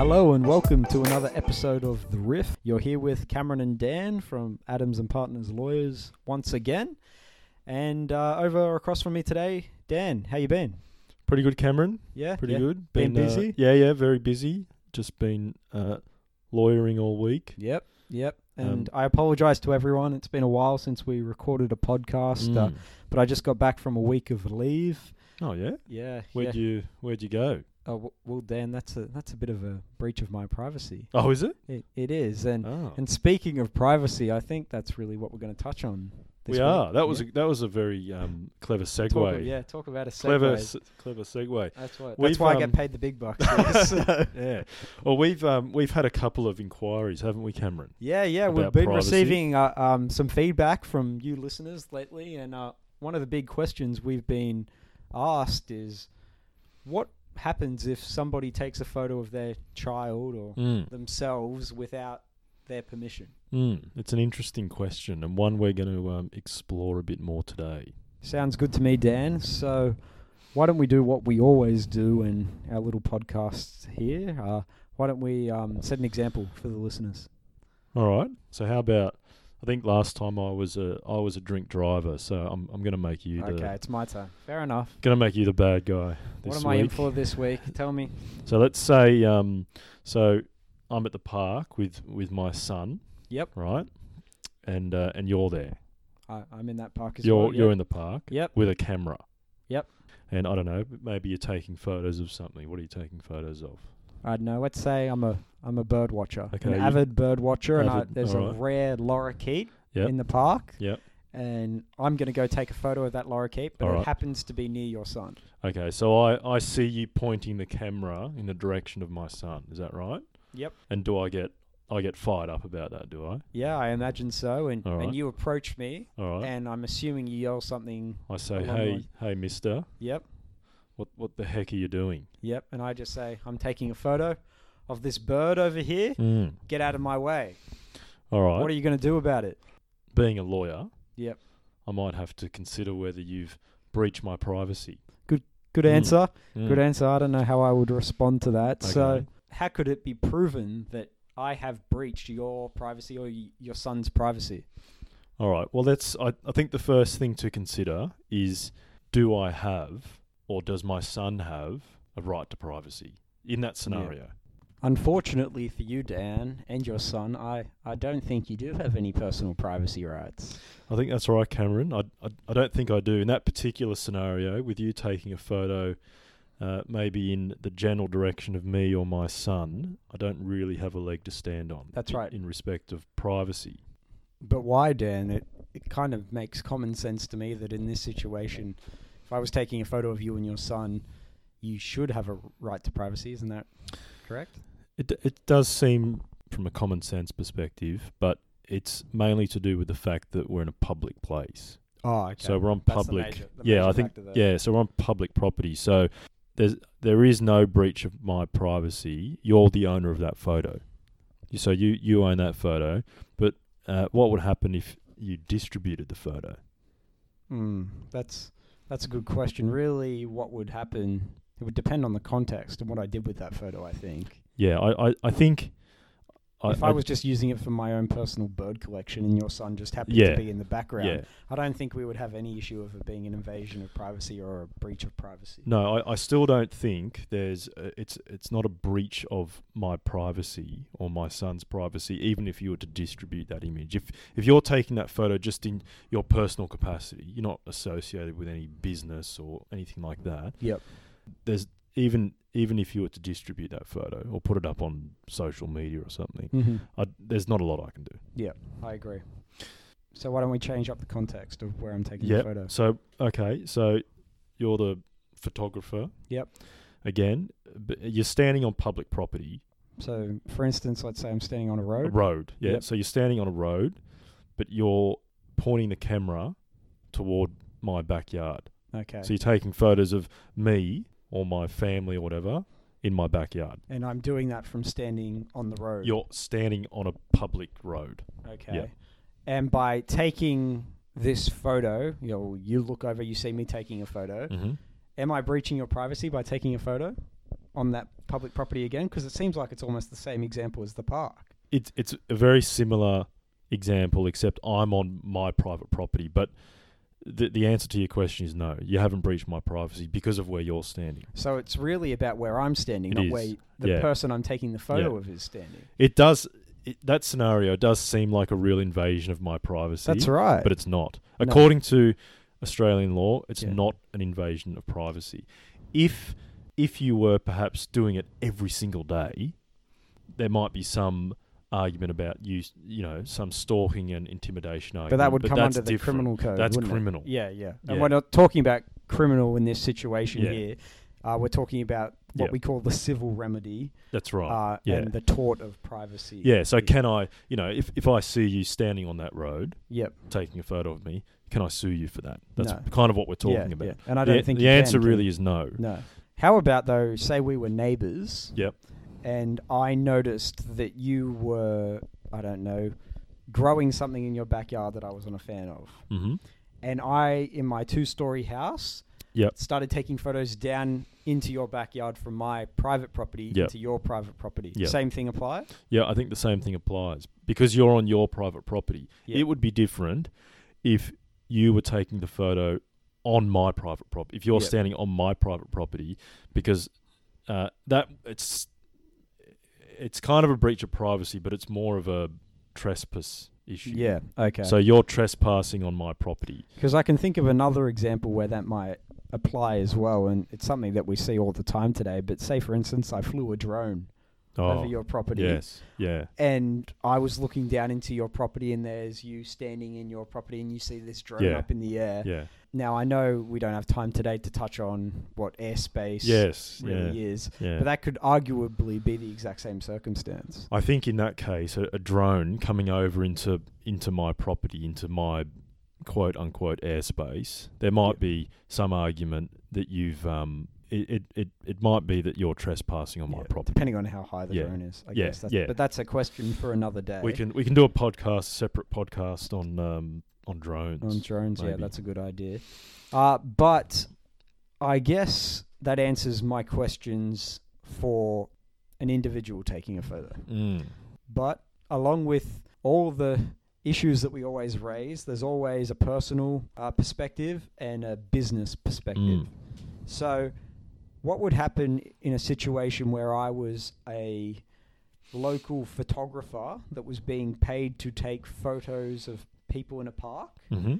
Hello and welcome to another episode of The Riff. You're here with Cameron and Dan from Adams and Partners Lawyers once again. And uh, over across from me today, Dan, how you been? Pretty good, Cameron. Yeah, Pretty yeah. good. Been uh, busy? yeah, yeah, very busy. Just been uh, lawyering all week. Yep, yep. Um, And I apologize to everyone. It's been a while since we recorded a podcast, uh, Mm. but I just got back from a week of leave. Oh yeah. Yeah, Where'd yeah. you Where'd you go? Oh, w- well, Dan, that's a that's a bit of a breach of my privacy. Oh, is it? It, it is, and Oh, and speaking of privacy, I think that's really what we're going to touch on. This we week. are. That was Yeah. a, that was a very um, clever segue. Talk, of- yeah, talk about a segue. Clever, s- clever segue. That's what. That's We've, why I get um, paid the big bucks. yeah, so- Yeah. Well, we've um, we've had a couple of inquiries, haven't we, Cameron? yeah, yeah, we've About been privacy. receiving uh, um, some feedback from you listeners lately, and uh, one of the big questions we've been asked is, what happens if somebody takes a photo of their child or Mm. themselves without their permission? Mm. It's an interesting question and one we're going to um, explore a bit more today. Sounds good to me, Dan. So, why don't we do what we always do in our little podcasts here? Uh, why don't we um, set an example for the listeners? All right. So how about? I think last time I was a I was a drink driver, so I'm I'm going to make you the Okay, it's my turn. Fair enough. Gonna make you the bad guy this What am I in week. for this week? Tell me. So let's say, um, so I'm at the park with with my son. Yep. Right. And uh, and you're there. I, I'm in that park as You're well. you're in the park. Yep. With a camera. Yep. And I don't know. Maybe you're taking photos of something. What are you taking photos of? I don't know. Let's say I'm a I'm a bird watcher, Okay, an you- avid bird watcher, and I, Avid, there's a alright. rare lorikeet Yep. in the park. Yep. And I'm gonna go take a photo of that lorikeet, but it Alright. happens to be near your son. Okay. So I I see you pointing the camera in the direction of my son. Is that right? Yep. And do I get I get fired up about that? Do I? Yeah, I imagine so. And and Alright. you approach me, All right. and I'm assuming you yell something. I say, along the hey line- hey Mister, Yep. what what the heck are you doing? Yep. And I just say I'm taking a photo of this bird over here. Mm. Get out of my way. All right. What are you gonna do about it? being a lawyer, Yep. I might have to consider whether you've breached my privacy. Good Mm. answer. Mm. Good answer. I don't know how I would respond to that. So, Okay. how could it be proven that I have breached your privacy or y- your son's privacy? All right. Well, that's. I, I think the first thing to consider is: do I have, or does my son have, a right to privacy in that scenario? Unfortunately for you, Dan, and your son, I, I don't think you do have any personal privacy rights. I think that's right, Cameron. I, I I don't think I do in that particular scenario with you taking a photo. Uh, maybe in the general direction of me or my son, I don't really have a leg to stand on. That's in- right. In respect of privacy. But why, Dan? It, it kind of makes common sense to me that in this situation, if I was taking a photo of you and your son, you should have a right to privacy. Isn't that correct? It d- it does seem from a common sense perspective, but it's mainly to do with the fact that we're in a public place. Oh, okay. So we're on That's the public. major- the yeah, major I think factor there. yeah, so we're on public property. So there's there is no breach of my privacy. You're the owner of that photo. You- So you you own that photo, but uh, what would happen if you distributed the photo? Mm, that's that's a good question. Really, what would happen? It would depend on the context and what I did with that photo. I think Yeah, I I, I think if I, was just using it for my own personal bird collection and your son just happened Yeah. to be in the background, yeah. I don't think we would have any issue of it being an invasion of privacy or a breach of privacy. No, I, I still don't think there's a, it's it's not a breach of my privacy or my son's privacy, even if you were to distribute that image. If if you're taking that photo just in your personal capacity, you're not associated with any business or anything like that. Yep. There's even even if you were to distribute that photo or put it up on social media or something, Mm-hmm. I, there's not a lot I can do. I agree. So why don't we change up the context of where I'm taking Yep. the photo? So okay, so you're the photographer. Yep. Again, but you're standing on public property. So, for instance, let's say I'm standing on a A road. road. Yeah. Yep. So you're standing on a road, but you're pointing the camera toward my backyard. Okay. So you're taking photos of me or my family or whatever in my backyard. and I'm doing that from standing on the road. You're standing on a public road. Okay. And by taking this photo, you know, you look over, you see me taking a photo. Mm-hmm. Am I breaching your privacy by taking a photo? on that public property again? Because it seems like it's almost the same example as the park. It's it's a very similar example, except I'm on my private property. But the the answer to your question is no. You haven't breached my privacy because of where you're standing. So it's really about where I'm standing, It not is. where the Yeah. person I'm taking the photo of is standing. It does it, that scenario does seem like a real invasion of my privacy. That's right. but it's not. Uh, No. According to Australian law, it's Yeah. not an invasion of privacy. If if you were perhaps doing it every single day, there might be some argument about you, s- you know, some stalking and intimidation argument. but that would come that's under the different. criminal code. That's wouldn't it? criminal. Yeah, yeah. And Yeah. we're not talking about criminal in this situation Yeah. here. Uh, we're talking about what Yeah. we call the civil remedy That's right. uh, yeah. and the tort of privacy. yeah. So here. can I, you know, if if I see you standing on that road Yep. taking a photo of me, can I sue you for that? That's No. kind of what we're talking yeah, about. yeah. And I don't the, think the you can, answer can really you? is no. No. How about though? Say we were neighbours. Yep. And I noticed that you were, I don't know, growing something in your backyard that I wasn't a fan of. Mm-hmm. And I, in my two-story house, Yep. started taking photos down into your backyard from my private property Yep. into your private property. Yep. Same thing apply. Yeah, I think the same thing applies because you're on your private property. Yeah. It would be different if you were taking the photo on my private property. If you're Yeah. standing on my private property, because uh, that it's it's kind of a breach of privacy, but it's more of a trespass issue. Yeah. Okay. So you're trespassing on my property. Because I can think of another example where that might apply as well, and it's something that we see all the time today. But say, for instance, I flew a drone Oh, over your property, yes, yeah, and I was looking down into your property, and there's you standing in your property, and you see this drone Yeah. up in the air. yeah, Now, I know we don't have time today to touch on what airspace yes, really yeah, is, yeah. but that could arguably be the exact same circumstance. I think in that case, a, a drone coming over into into my property, into my quote unquote airspace, there might Yeah. be some argument that you've um, it, it, it it might be that you're trespassing on my Yeah, property. Depending on how high the Yeah. drone is, I Yeah, guess. That's, yeah. But that's a question for another day. We can we can do a podcast, separate podcast on um, on drones. On drones, yeah, maybe. that's a good idea. Uh, but I guess that answers my questions for an individual taking a photo. Mm. But along with all the issues that we always raise, there's always a personal uh, perspective and a business perspective. Mm. So, what would happen in a situation where I was a local photographer that was being paid to take photos of people in a park? hmm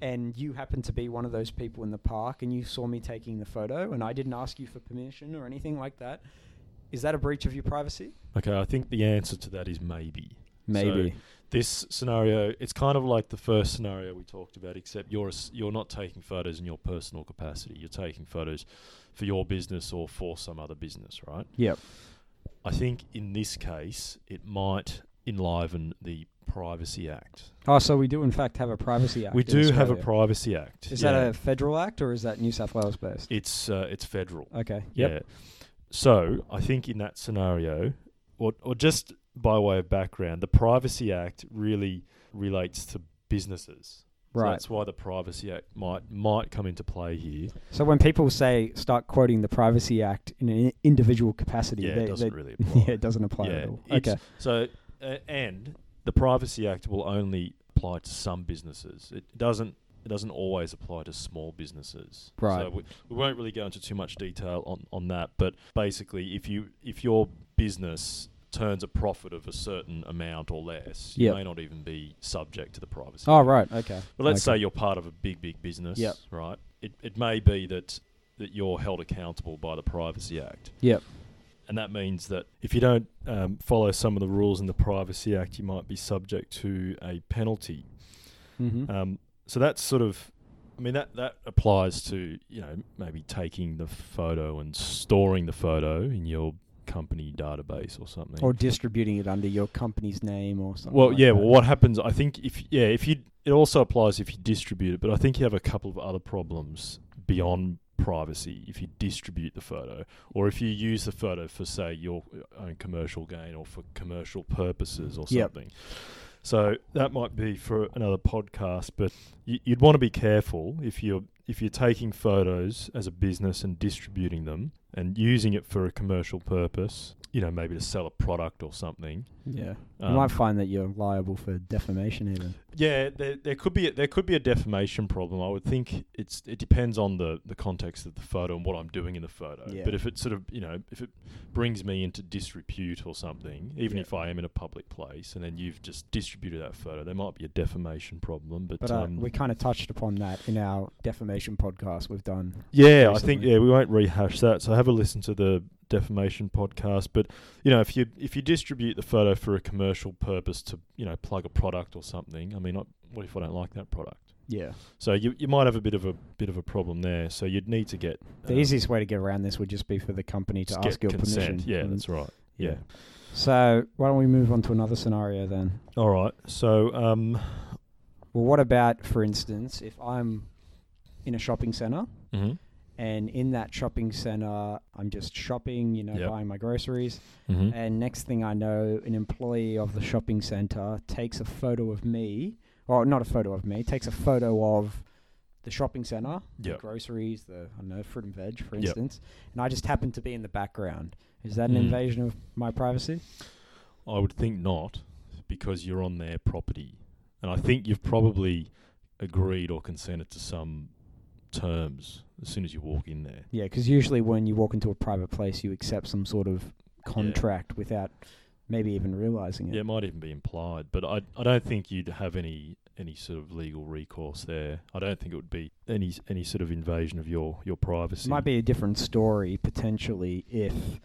and you happened to be one of those people in the park and you saw me taking the photo and I didn't ask you for permission or anything like that, is that a breach of your privacy? Okay, I think the answer to that is maybe. Maybe. This scenario, it's kind of like the first scenario we talked about, except you're a s- you're not taking photos in your personal capacity. You're taking photos for your business or for some other business, right? Yep. I think in this case, it might enliven the Privacy Act. Oh, so we do in fact have a privacy act. we in do have a Australia. Privacy Act. Is that a federal act or is that New South Wales based? It's uh, it's federal. okay. Yeah. So I think in that scenario, or or just by way of background, the Privacy Act really relates to businesses. So Right. that's why the Privacy Act might might come into play here. So when people say start quoting the Privacy Act in an i- individual capacity, Yeah, they, it doesn't they- really apply. yeah, it doesn't apply Yeah, at all. it's- Okay. So uh, and the Privacy Act will only apply to some businesses. It doesn't it doesn't always apply to small businesses. So Right. we, we won't really go into too much detail on, on that, but basically if you if your business turns a profit of a certain amount or less, you Yep. may not even be subject to the privacy. Oh, right. Okay. But let's Okay. say you're part of a big, big business, Yep. right? It, it may be that that you're held accountable by the Privacy Act, Yep. and that means that if you don't um, follow some of the rules in the Privacy Act, you might be subject to a penalty. Mm-hmm. Um, so that's sort of, I mean, that that applies to you know maybe taking the photo and storing the photo in your company database or something. or distributing it under your company's name or something. Well, like yeah. that. Well, what happens? I think if yeah, if you it also applies if you distribute it, but I think you have a couple of other problems beyond privacy if you distribute the photo or if you use the photo for say your own commercial gain or for commercial purposes or Yep. something. So that might be for another podcast, but you- you'd want to be careful if you're if you're taking photos as a business and distributing them and using it for a commercial purpose, you know, maybe to sell a product or something. Yeah. um, you might find that you're liable for defamation even. yeah, there, there could be a, there could be a defamation problem. I would think it's it depends on the, the context of the photo and what I'm doing in the photo. Yeah. But if it sort of you know if it brings me into disrepute or something, even Yeah. if I am in a public place, and then you've just distributed that photo, there might be a defamation problem. But, But uh, um, we kind of touched upon that in our defamation podcast we've done. Yeah, I think recently. yeah, we won't rehash that. So have a listen to the defamation podcast. But you know, if you if you distribute the photo for a commercial purpose to you know plug a product or something, I mean, I, what if I don't like that product? Yeah. So you you might have a bit of a bit of a problem there. So you'd need to get The um, easiest way to get around this would just be for the company to just ask get your consent. permission. Mm-hmm. Yeah, and- that's right. Yeah. So why don't we move on to another scenario then? All right. So um, Well, what about, for instance, if I'm in a shopping center mhm, and in that shopping center I'm just shopping, you know, Yep. buying my groceries, mhm. and next thing I know, an employee of the shopping center takes a photo of me, or not a photo of me, takes a photo of the shopping center, yeah, the groceries, the I don't know fruit and veg, for Yep. instance, and I just happen to be in the background. Is that an Mm. invasion of my privacy? I would think not, because you're on their property, and I think you've probably agreed or consented to some terms as soon as you walk in there. Yeah, because usually when you walk into a private place, you accept some sort of contract without maybe even realizing it. Yeah, it might even be implied, but I I don't think you'd have any any sort of legal recourse there. I don't think it would be any any sort of invasion of your your It privacy. might be a different story potentially if,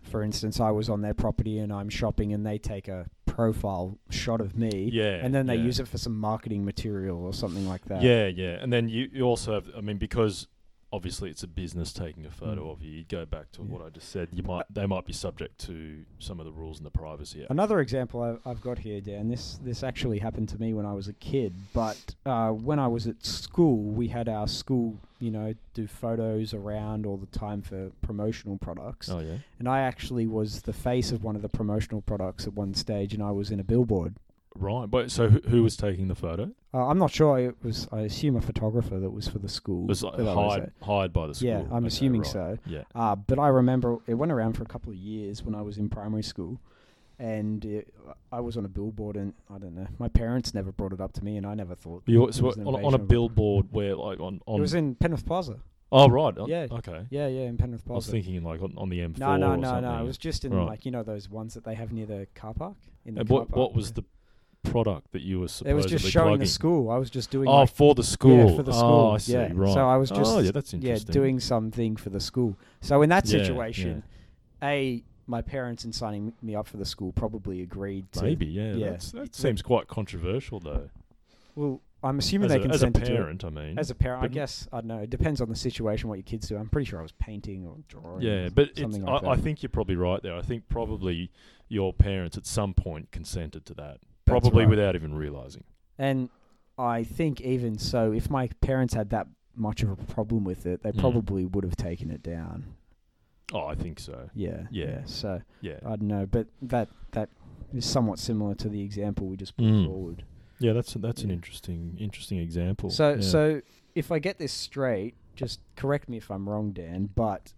for instance, I was on their property and I'm shopping and they take a profile shot of me. Yeah, And then they yeah. use it for some marketing material or something like that. Yeah, yeah, and then you, you also have. I mean, because obviously it's a business taking a photo Mm. of you. You go back to Yeah. what I just said. You might they might be subject to some of the rules in the privacy. Act. Another example I've, I've got here, Dan. This this actually happened to me when I was a kid. But uh, when I was at school, we had our school, you know, do photos around all the time for promotional products. Oh yeah. And I actually was the face of one of the promotional products at one stage, and I was in a billboard. Right, but so who, who was taking the photo? Uh, I'm not sure. It was, I assume, a photographer that was for the school. Was like that I was hired, hired by the at. school. Yeah, I'm Okay, assuming right. so. Yeah. Uh, but I remember it went around for a couple of years when I was in primary school, and it, I was on a billboard, and I don't know. My parents never brought it up to me, and I never thought. You, it so was an on, on a invasion of- billboard where like on on It was in Penrith Plaza. oh right uh, Yeah. okay Yeah, yeah, in Penrith I was Plaza. thinking like on, on the M4 no, no, or no, something. no. It was just in Right. like you know those ones that they have near the car park. In the and car what park. what was the product that you were supposed It was just showing the school. I was just doing. Oh, like, for the school. Yeah, for the Oh, school. I see. Yeah. Right. So I was Oh, just, yeah, that's yeah, interesting. doing something for the school. So in that Yeah, yeah. situation, a my parents in signing me up for the school probably agreed to. maybe. Yeah. yeah. That's, that It- seems quite controversial though. Well, I'm assuming as, they a, as a consented to parent, I mean. it. As a parent, I But- guess I don't know. It depends on the situation, what your kids do. I'm pretty sure I was painting or drawing. or Yeah, but it's, something like I, I that. think you're probably right there. I think probably your parents at some point consented to that, That's probably right. without even realizing. And I think even so, if my parents had that much of a problem with it, they Mm. probably would have taken it down. Oh, I think so. Yeah. Yeah. So. Yeah, I don't know, but that that is somewhat similar to the example we just put Mm. forward. yeah. That's that's an Yeah. interesting interesting example. So Yeah. so if I get this straight, just correct me if I'm wrong, Dan, but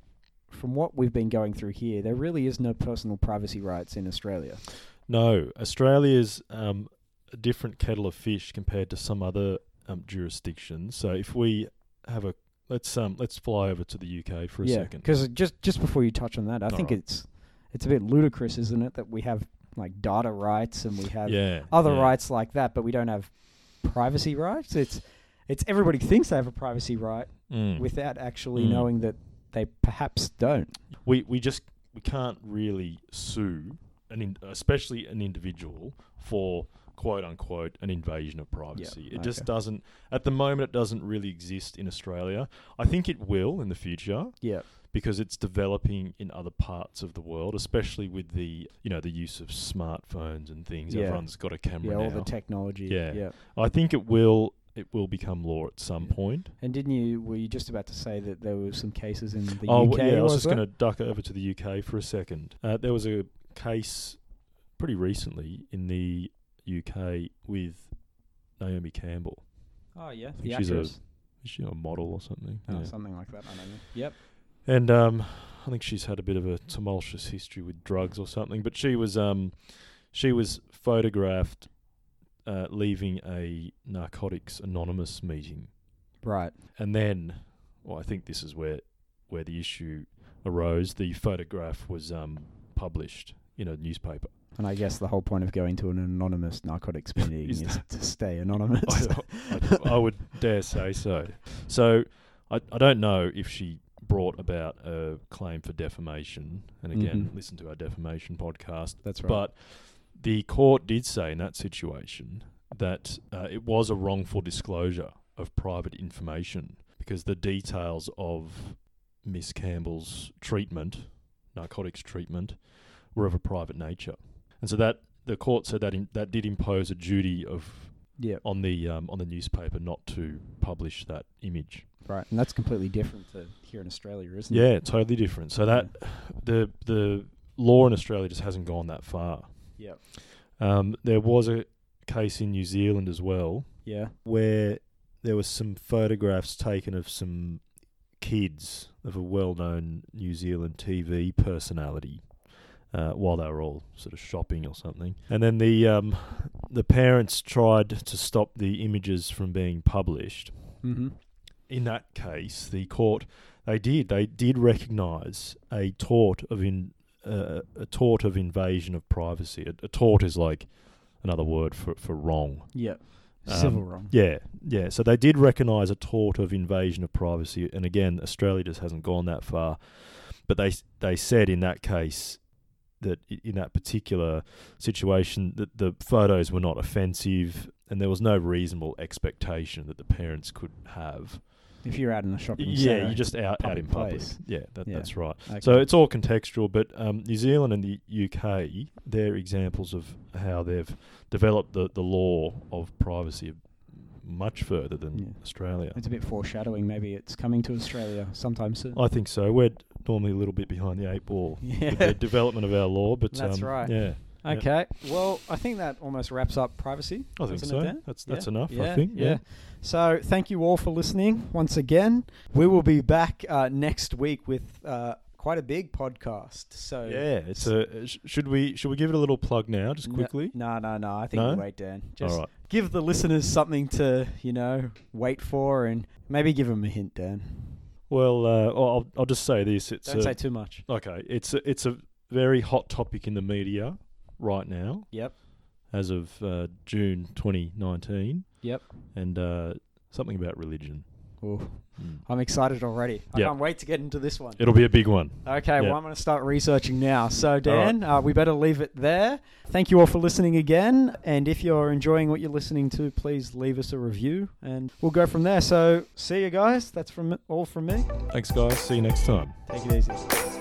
from what we've been going through here, there really is no personal privacy rights in Australia. no, Australia's um, a different kettle of fish compared to some other um, jurisdictions. So if we have a let's um let's fly over to the UK for a yeah, second. because just just before you touch on that, I All think right. it's it's a bit ludicrous, isn't it, that we have like data rights and we have yeah, other yeah. rights like that, but we don't have privacy rights. It's it's everybody thinks they have a privacy right Mm. without actually Mm. knowing that they perhaps don't. we we just we can't really sue an in, especially an individual for quote unquote an invasion of privacy. It just okay. doesn't at the moment it doesn't really exist in Australia. I think it will in the future Yeah. because it's developing in other parts of the world, especially with the you know the use of smartphones and things. Yeah. Everyone's got a camera Yeah, all now. the technology. Yeah. yeah. I think it will it will become law at some Yeah. point. And didn't you? Were you just about to say that there were some cases in the oh, UK? well, yeah, I was just there? going to duck over to the UK for a second. Uh, there was a case pretty recently in the UK with Naomi Campbell. Oh yeah, think Oh, the she's a- actress. Is she a model or something? Oh, Yeah. Something like that. I don't know. Yep. and um, I think she's had a bit of a tumultuous history with drugs or something. But she was um, she was photographed uh, leaving a Narcotics Anonymous meeting, Right. and then, well, I think this is where where the issue arose. The photograph was um, published in a newspaper. And I guess the whole point of going to an anonymous narcotics meeting Is is, to stay anonymous. I, I- I would dare say so. So I, I don't know if she brought about a claim for defamation. And again, Mhm. listen to our defamation podcast. That's right. But the court did say in that situation that uh, it was a wrongful disclosure of private information because the details of Miss Campbell's treatment, narcotics treatment, were of a private nature. And so that the court said that in, that did impose a duty of yeah, on the um, on the newspaper not to publish that image. right. And that's completely different to here in Australia, isn't it? Yeah, totally different. So that the the law in Australia just hasn't gone that far. Yep. Um, there was a case in New Zealand as well Yeah. where there was some photographs taken of some kids of a well-known New Zealand TV personality uh, while they were all sort of shopping or something, and then the um, the parents tried to stop the images from being published. Mm-hmm. in that case, the court they did they did recognise a tort of in uh, a tort of invasion of privacy. A, a tort is like another word for for wrong. Yeah. Um, Civil wrong. Yeah, yeah. So they did recognise a tort of invasion of privacy, and again, Australia just hasn't gone that far. But they s- they said in that case that i- in that particular situation that the photos were not offensive, and there was no reasonable expectation that the parents could have If you're out in a shopping yeah, centre. you just out, out public in public. place. Yeah, that, Yeah. that's right. Okay. So it's all contextual, but um, New Zealand and the UK, they're examples of how they've developed the, the law of privacy much further than Yeah. Australia. it's a bit foreshadowing. Maybe it's coming to Australia sometime soon. I think so. We're normally a little bit behind the eight ball with yeah. the development of our law, but That's um, right. Yeah, yeah. Okay. Well, I think that almost wraps up privacy. I think doesn't it, so. Dan? That's Yeah. that's enough. Yeah, I think. Yeah. So thank you all for listening once again. We will be back uh, next week with uh, quite a big podcast. So Yeah, It's a. uh, sh- Should we should we give it a little plug now, just No- quickly? No, no, no. I think No? we wait, Dan. Just All right. give the listeners something to you know wait for, and maybe give them a hint, Dan. Well, uh, I'll I'll just say this. It's Don't a, say too much. Okay, it's a, it's a very hot topic in the media right now. Yep. As of uh, June 2019. Yep. And uh, something about religion. Ooh, I'm excited already. I Yep. can't wait to get into this one. It'll be a big one. Okay, Yeah. well, I'm going to start researching now. So, Dan, uh, we better leave it there. Thank you all for listening again. And if you're enjoying what you're listening to, please leave us a review and we'll go from there. So, see you guys. That's from all from me. Thanks, guys. See you next time. Take it easy.